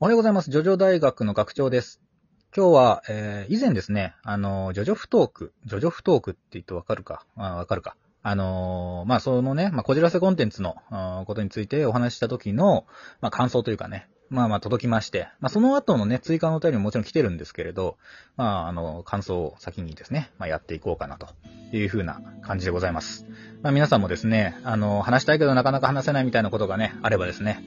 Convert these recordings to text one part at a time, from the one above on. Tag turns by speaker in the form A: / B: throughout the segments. A: おはようございます。ジョジョ大学の学長です。今日は、えー、以前ですね、あの、ジョジョフトーク、ジョジョフトークって言ってわかるか、あわかるか。あのーまあ、そのね、まあ、こじらせコンテンツの、あーことについてお話しした時の、まあ、感想というかね、まあまあ届きまして、まあ、その後のね、追加のお便りももちろん来てるんですけれど、まあ、あの、感想を先にですね、まあ、やっていこうかなというふうな感じでございます。まあ、皆さんもですね、あの、話したいけどなかなか話せないみたいなことがね、あればですね、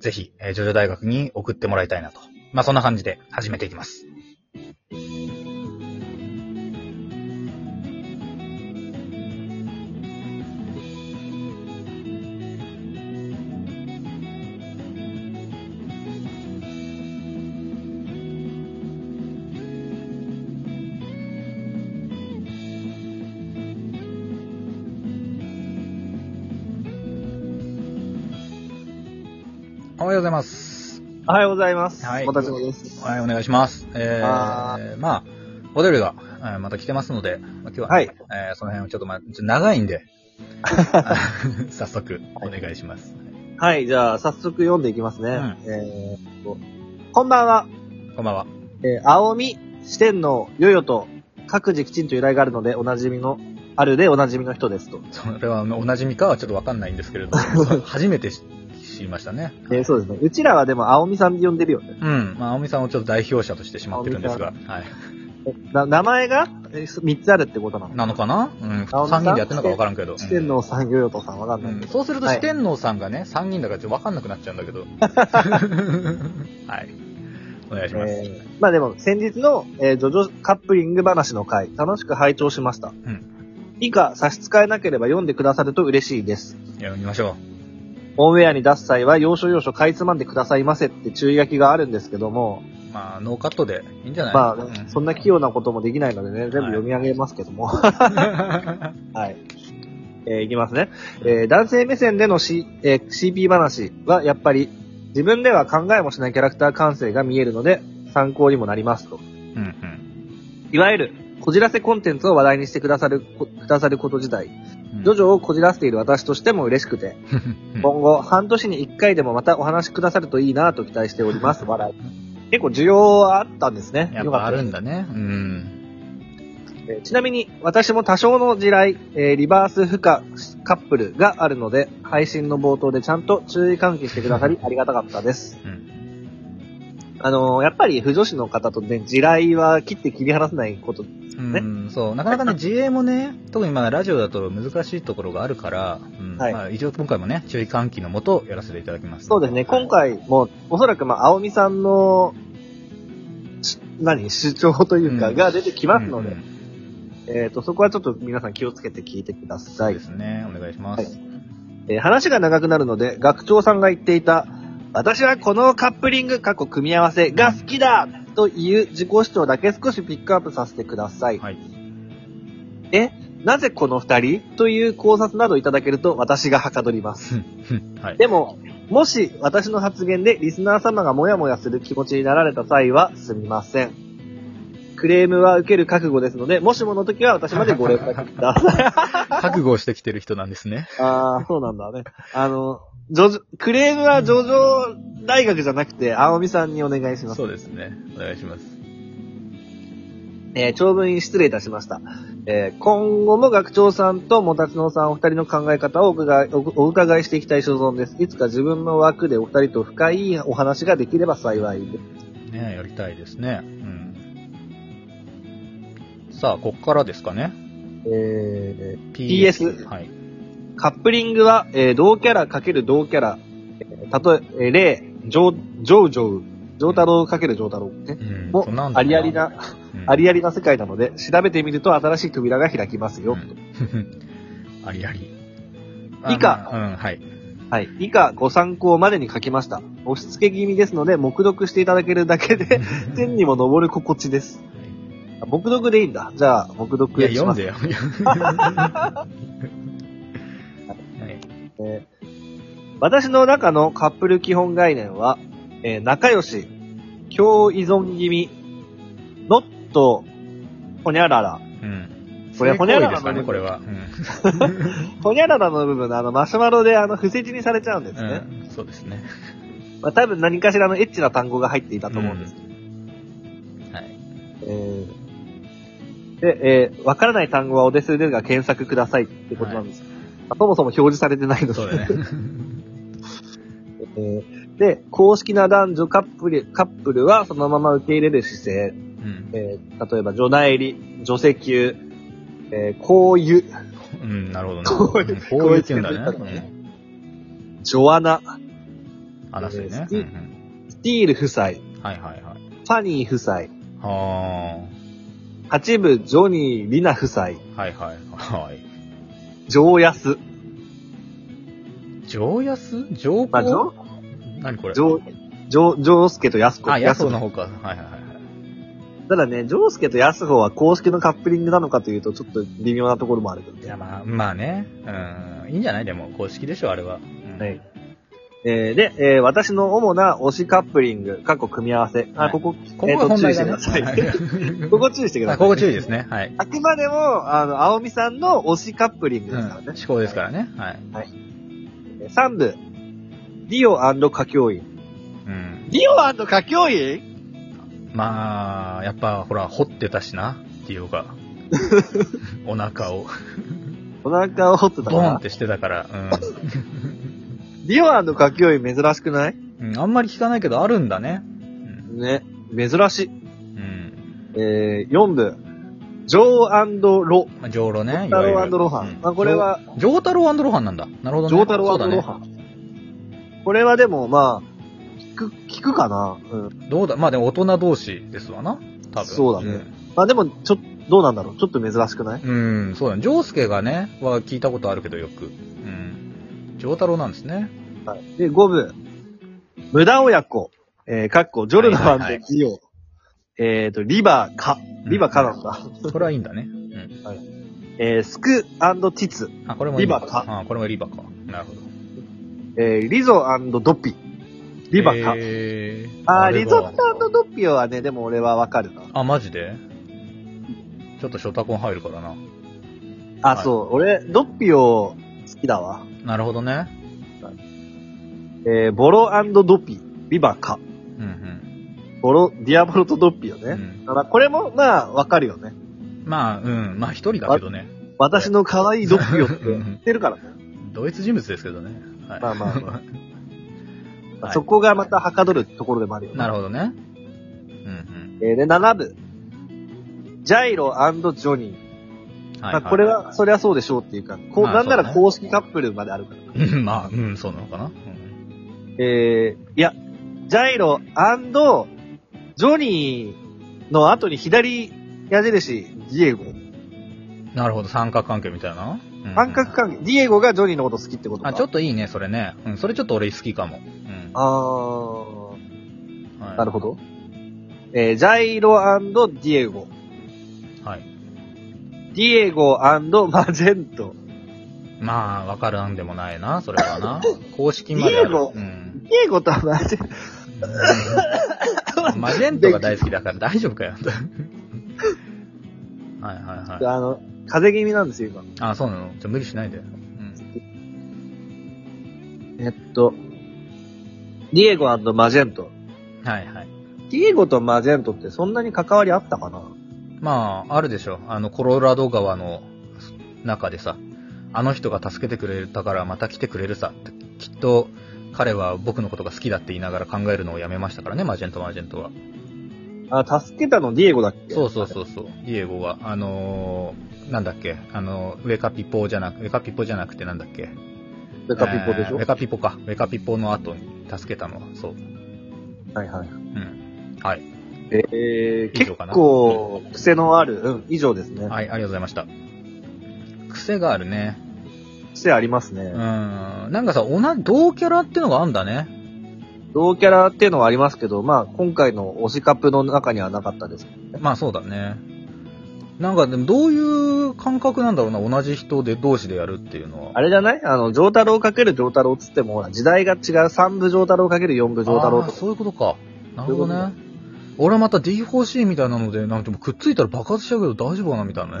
A: ぜひ、えー、ジョジョ大学に送ってもらいたいなと。まあ、そんな感じで始めていきます。おはようございます。
B: おはようございます。
A: はい
B: もたちごです。
A: はい、お願いします。え
B: あ
A: ー、まあ、お便りが、えーまた来てますので、まあ今日は、
B: はい
A: えーその辺をちょっとまあ、ちょっと長いんで、 早速、お願いします。
B: はい、じゃあ、早速読んでいきますね。
A: ん
B: えーとこんばんは。
A: こんばんは。
B: えー、青み、四天王、ヨヨと、各自きちんと由来があるので、おなじみの、あるでおなじみの人ですと。
A: それは、あのおなじみかはちょっとわかんないんですけれど、 初めて知知りましたね。
B: えーそうですね。うちらはでも、青みさんで呼んでるよね。
A: うん。まあ、青みさんをちょっと代表者としてしまってるんですが、はい。
B: えな名前が、えーす三つあるってことなの。
A: なのかなうん。
B: 青みさ
A: 3
B: ん
A: 人でやってるのかわからんけど。
B: 四天王さん、ヨヨとさん、わかん
A: う
B: ない
A: ん
B: けど。
A: そうすると
B: はい
A: 四天王さんがね、3人だからちょっと分かんなくなっちゃうんだ けど。はい。お願いします。
B: えーまあでも、先日の、えージョジョカップリング話の回、楽しく拝聴しました。以下、差し支えなければ読んでくださると嬉しいです。
A: いや、見ましょ
B: オンウェアに出す際は、要所要所かいつまんでくださいませって注意書きがあるんですけども、
A: う。まあ、ノーカットでいいんじゃない
B: ま
A: う
B: あ、そんな 器用なこともできないのでね、全部
A: はい
B: 読み上げますけども。
A: は
B: はい。えーいきますね。えー男性目線での、C えー CP 話は、やっぱり、自分では考えもしないキャラクター感性が見えるので、参考にもなりますと。
A: い。うんうん。
B: いわゆる、こじらせコンテンツを話題にしてくださる、こくださること自体、ジョジョをこじらせている私としても嬉しくて、
A: ョ
B: 今後、半年に1回でもまたお話しくださるといいなと期待しております。笑い。結構需要はあったんですね。
A: やっ
B: よか
A: ぱ
B: た
A: あ
B: で
A: る
B: す
A: んだね。うん。
B: えーちなみに、私も多少の地雷、えーリバース負荷カップルがあるので、配信の冒頭でちゃんと注意喚起してくださり、ありがたかったです。
A: うん。
B: あのーやっぱり、不女子の方とね、地雷は切って切り離せないこと。
A: うん、そう。なかなかね、自衛もね、特にまあ、ラジオだと難しいところがあるから、うん。
B: はい
A: まあ、一応今回もね、注意喚起のもとやらせていただきます。
B: そうですね、今回も、おそらく、まあ、青みさんの、し何主張という
A: う
B: か、
A: ん
B: が出てきますので、
A: うんうん
B: えっ、と、そこはちょっと皆さん気をつけて聞いてくだ
A: そ
B: さ
A: う
B: い
A: で。すね。お願いします。
B: えー話が長くなるので、学長さんが言っていた、私はこのカップリング、過去組み合わせが好きだという自己主張だけ少しピックアップさせてください。
A: はい。
B: え、なぜこの二人という考察などいただけると私がはかどります。
A: はい。
B: でも、もし私の発言でリスナー様がモヤモヤする気持ちになられた際はすみません。クレームは受ける覚悟ですので、もしもの時は私までご連絡ください。
A: 覚悟してきてる人なんですね。
B: ああ、そうなんだね。あの、ジョジョ、クレームはジョジョ大学じゃなくて、青みさんにお願いします。
A: そうですね。お願いします。
B: えー長文失礼いたしました。えー今後も学長さんともたちのさんお二人の考え方をお伺いおお伺いしていきたい所存です。いつか自分の枠でお二人と深いお話ができれば幸いです。
A: ねやりたいですね。うん。さあ、こっからですかね。
B: えー PS
A: はい。
B: カップリングは、えー同キャラ×同キャラ、えー例え、えー例、ジョ、ジョウジョウ、ジョウタロウ×ジョウタロウね。
A: うん
B: も
A: そんなんだ
B: ありありな、
A: うん
B: ありありな世界なので、調べてみると新しい扉が開きますよ。
A: うん ありあり。
B: 以下
A: あうん、はい。
B: はい。以下、ご参考までに書きました。押し付け気味ですので、目読していただけるだけ で、天にも昇る心地です。あ目読でいいんだ。じゃあ、目
A: い
B: 読
A: や、
B: へし
A: 読
B: ま
A: ん
B: す。
A: でよ。 はい
B: えー私の中のカップル基本概念は、えー仲良し、強依存気味、ノット、ほにゃらら。
A: うん。
B: これ
A: 性行為
B: ほにゃらら
A: ですかね、
B: の
A: これは。うん
B: ほにゃららの部分のあのマシュマロであの、不正にされちゃうんですね。
A: うん。そうですね。
B: まあ、多分何かしらのエッチな単語が入っていたと思うんです。
A: はい。
B: えーで、えーわからない単語はお手数ですが検索くださいってことなんです。まあそもそも表示されてないので。
A: そう だね。
B: えーで、公式な男女カップル、カップルはそのまま受け入れる姿勢。
A: うん。
B: えー例えば、女内入り、女石球、えー、こういう、
A: うん、なるほどね。
B: こういうん
A: こういうって言うんだ
B: こういう
A: ね。
B: 女穴、
A: うんあ、出すよね。
B: え
A: う
B: ー
A: ん
B: スティール夫妻、フ
A: うん。はいはいはい。
B: ァニー夫妻、
A: は
B: 八部ジョニー・リナ夫妻、
A: あ。はいはいはい。
B: 上安、
A: 上安上
B: まあ、
A: 皇
B: 上、
A: 何これ
B: 上、上、上介と安子。
A: あ、安の
B: 子
A: 方か。はいはいはいはい。
B: ただね、上介と安子は公式のカップリングなのかというと、ちょっと微妙なところもあるけど
A: い
B: ね。
A: や、まあ、まあね。うん。いいんじゃないでも、公式でしょ、あれは。うん
B: はい。えーで、えー私の主な推しカップリング、過去組み合わせ。あ、
A: はい
B: ここ、
A: ここが本題だね。
B: えーと注意してください
A: はい
B: ここ注意 してくだ
A: あ
B: さい。
A: ここ注意ですね。はい。
B: あくまでも、あの、青みさんの推しカップリング
A: う
B: です
A: ん
B: から。ね。
A: 思考ですからね。はい。
B: 3部、ディオ歌教員。
A: うん。
B: ディオ歌教員
A: まあ、やっぱ、ほら、掘ってたしな、ディオ が。お腹を、
B: お腹を掘ってたか
A: ボンっ
B: ら。
A: てしてたから。
B: ディオ歌教員珍しくない
A: うん。うんあんまり聞かないけど、あるんだね。うん
B: ね、珍しい。
A: うん。
B: えー、4部、ジョーロ。
A: まあ、上路ね。
B: ジョ
A: いわゆ
B: ー
A: る
B: ロハ
A: う
B: ン
A: ん。
B: まあ、これは、
A: ジョータローロハンなんだ。なるほどね。
B: ジョータロ
A: そうだね
B: ロハン。これはでも、まあ、聞く、聞くかな。うん。
A: どうだ、まあでも大人同士ですわな。多分。
B: そうだねまあでも、ちょっと、どうなんだろう。ちょっと珍しくない
A: うん。うん、そうだね。ジョースケがね、は聞いたことあるけどよく。うん。ジョータロなんですね。
B: はい。で、5部。無駄親子。えー、かっこ、ジョルダンと
A: はいはい
B: ディオ。えっ、と、リバーカ。リバーカ
A: だ。
B: なんだ。
A: これはいいんだね。うん。
B: えー、スクティツ。
A: あ、これも
B: リバか
A: あ、これもリバか。なるほど。
B: えー、リゾドッピ。リバカ。
A: えー、
B: あー、
A: れ
B: リ
A: は
B: ゾットドッピオはね、でも俺はわかるな。
A: あ、マジでちょっとショタコン入るからな。
B: あ、
A: はい
B: そう。俺、ドッピオ好きだわ。
A: なるほどね。
B: えー、ボロドピ。リバカ。
A: うん
B: ボロ、ディアボロとドッピオ
A: うん。う
B: ね。
A: ん、
B: だからこれも、まあ、わかるよね。
A: まあ、うん。まあ一人だけどね。
B: 私の可愛いドッピオって言ってるから ね。
A: 同一人物ですけどね。はい、
B: ま あまあま
A: あ
B: そこがまたはかどるところでもあるよね。
A: なるほどね。うん
B: えーで、7部。ジャイロジョニー。
A: うん。
B: まあ、これは、そりゃそうでしょうっていうか、こう、
A: まあ
B: なんな
A: そ
B: ら
A: うだね
B: 公式カップルまであるから。
A: うん まあ、うん、そうなのかな。うん
B: えー、いや、ジャイロジョニーの後に左矢印、ディエゴ。
A: なるほど、三角関係みたいな。うん
B: 三角関係、ディエゴがジョニーのこと好きってことか。
A: あ、ちょっ
B: と。
A: といいね、それね。うん、それちょっと俺好きかも。うん。
B: あ
A: は
B: ー、
A: い
B: なるほど。えー、ジャイロディエゴ。
A: はい。
B: ディエゴマジェント。
A: まあ、わからんでもないな、それは な。公式まであ
B: ディエ
A: る
B: ゴ。
A: うん。
B: ディエゴとマジェン
A: マジェントが大好きだから大丈夫かよ。 はいはい
B: ト、
A: はい。
B: あの、風邪気味なんですよ、今。
A: あ、そうなのじゃあ無理しないで。うん。
B: えっと、ディエゴマジェント。
A: はいはい。
B: ディエゴとマジェントってそんなに関わりあったかな
A: まあ、あるでしょ。あの、コロラド川の中でさ、あの人が助けてくれたからまた来てくれるさって、きっと彼は僕のことが好きだって言いながら考えるのをやめましたからね、マジェントマジェントは。
B: あ、助けたのディエゴだっけ
A: そうそうそうそう、ディエゴは、あのー、なんだっけ、あの、ウェカピポじゃなく、ウェカピポじゃなくてなんだっけ。ウ
B: う。ベカピッポでしょ、
A: ウェカピポか。ウェカピポの後に助けたのは、そう。
B: はいはい。
A: うん。はい。
B: えー、
A: 以
B: 結
A: 上かな
B: 構、癖のある、うん、以上ですね。
A: はい、ありがとうございました。癖があるね。
B: 癖あります
A: う
B: ね。
A: ん。なんかさ、おな、同キャラってのがあんだね。
B: 同キャラっていうのはありますけど、まあ、今回の推しカップの中にはなかったです。
A: まあそうだね。なんかでもどういう感覚なんだろうな、同じ人で同士でやるっていうのは。
B: あれじゃないあの、上太郎かける上太郎っつっても、ほら、時代が違う三部上太郎かける四部上太郎
A: あー
B: とか。
A: そういうことか。なるほど
B: そういう
A: ね。俺はまた D4C みたいなので、なんかもうくっついたら爆発しちゃうけど大丈夫かなみたいなね。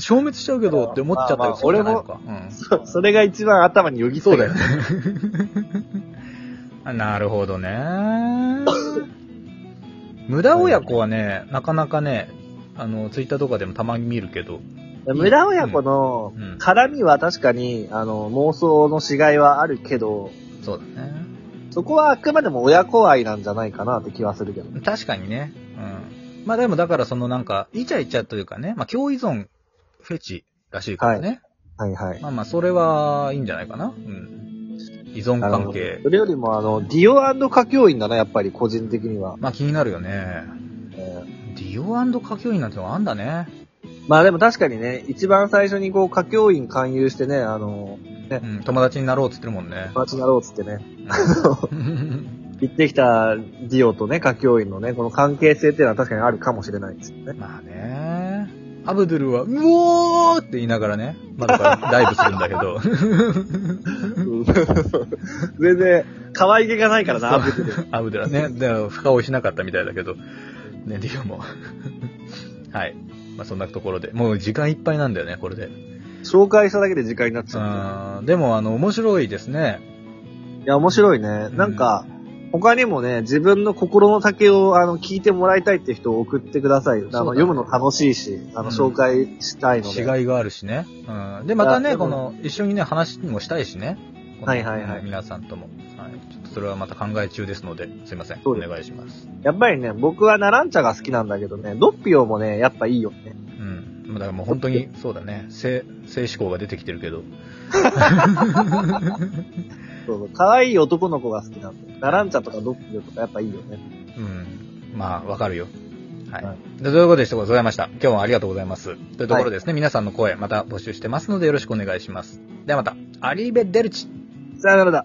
A: 消滅しちゃうけどって思っちゃった
B: まあま
A: よ
B: あ。
A: そうじゃないのか。うん
B: そそれが一番頭によぎつ
A: そう
B: け
A: だ
B: ど
A: よね。 なるほどね。無駄親子はね、なかなかね、あの、ツイッターとかでもたまに見るけど。
B: 無駄親子の
A: うん。
B: 絡みは確かに、あの、妄想のしがいはあるけど、
A: そうだね。
B: そこはあくまでも親子愛なんじゃないかなって気はするけど。
A: 確かにね。うん。まあでもだからそのなんか、イチャイチャというかね、まあ共依存フェチらしいからね。
B: はいはい。
A: まあまあそれはいいんじゃないかな。うん。依存
B: あの
A: 関係。
B: それよりも、あの、ディオ歌教員だな、やっぱり、個人的には。
A: まあ気になるよね。
B: えー
A: ディオ歌教員なんてのがあんだね。
B: まあでも確かにね、一番最初にこう、歌教員勧誘してね、あの、
A: うん、友達になろうって言ってるもんね。
B: 友達になろうっつってね、
A: うん
B: 行ってきたディオとね、歌教員のね、この関係性っていうのは確かにあるかもしれないですよね。
A: まあね。アブドゥルは、うおーって言いながらね、窓からダイブするんだけど。
B: 全然、可愛げがないからな、 アブドゥル
A: アブドゥルはね、で深追いしなかったみたいだけど、ね、ディオも。 はい。まあそんなところで。もう時間いっぱいなんだよね、これで。
B: 紹介しただけで時間になっちゃ
A: あーでも、あの、面白いですね。
B: う。いや、面白いね。なんか、他にもね、自分の心の丈を、あの、聞いてもらいたいって人を送ってください。あ
A: そう
B: の、
A: だね
B: 読むの楽しいし、あ
A: う
B: の、
A: ん
B: 紹介したいので。
A: 違いがあるしね。うん。で、また
B: い
A: ね、
B: やで
A: こ
B: も
A: の、一緒にね、話もしたいしね。この
B: はいはいはい
A: 皆さんとも。はい。ちょっとそれはまた考え中ですので、すいません。
B: そ
A: お
B: うです
A: 願いします。
B: やっぱりね、僕はナランチャが好きなんだけどね、ドッピオもね、やっぱいいよね。
A: うん。だからもう本当に、そうだね。性、性思考が出てきてるけど。
B: そうそう。可愛い男の子が好きなんで。ナランチャとかドッピオとかやっぱいいよね。
A: うん。まあ、わかるよ。はい。
B: は
A: でということでございました。今日もありがとうございます。というところですね、皆さんの声、また募集してますのでよろしくお願いします。ではまた、アリーベ・デルチ。
B: さよならだ。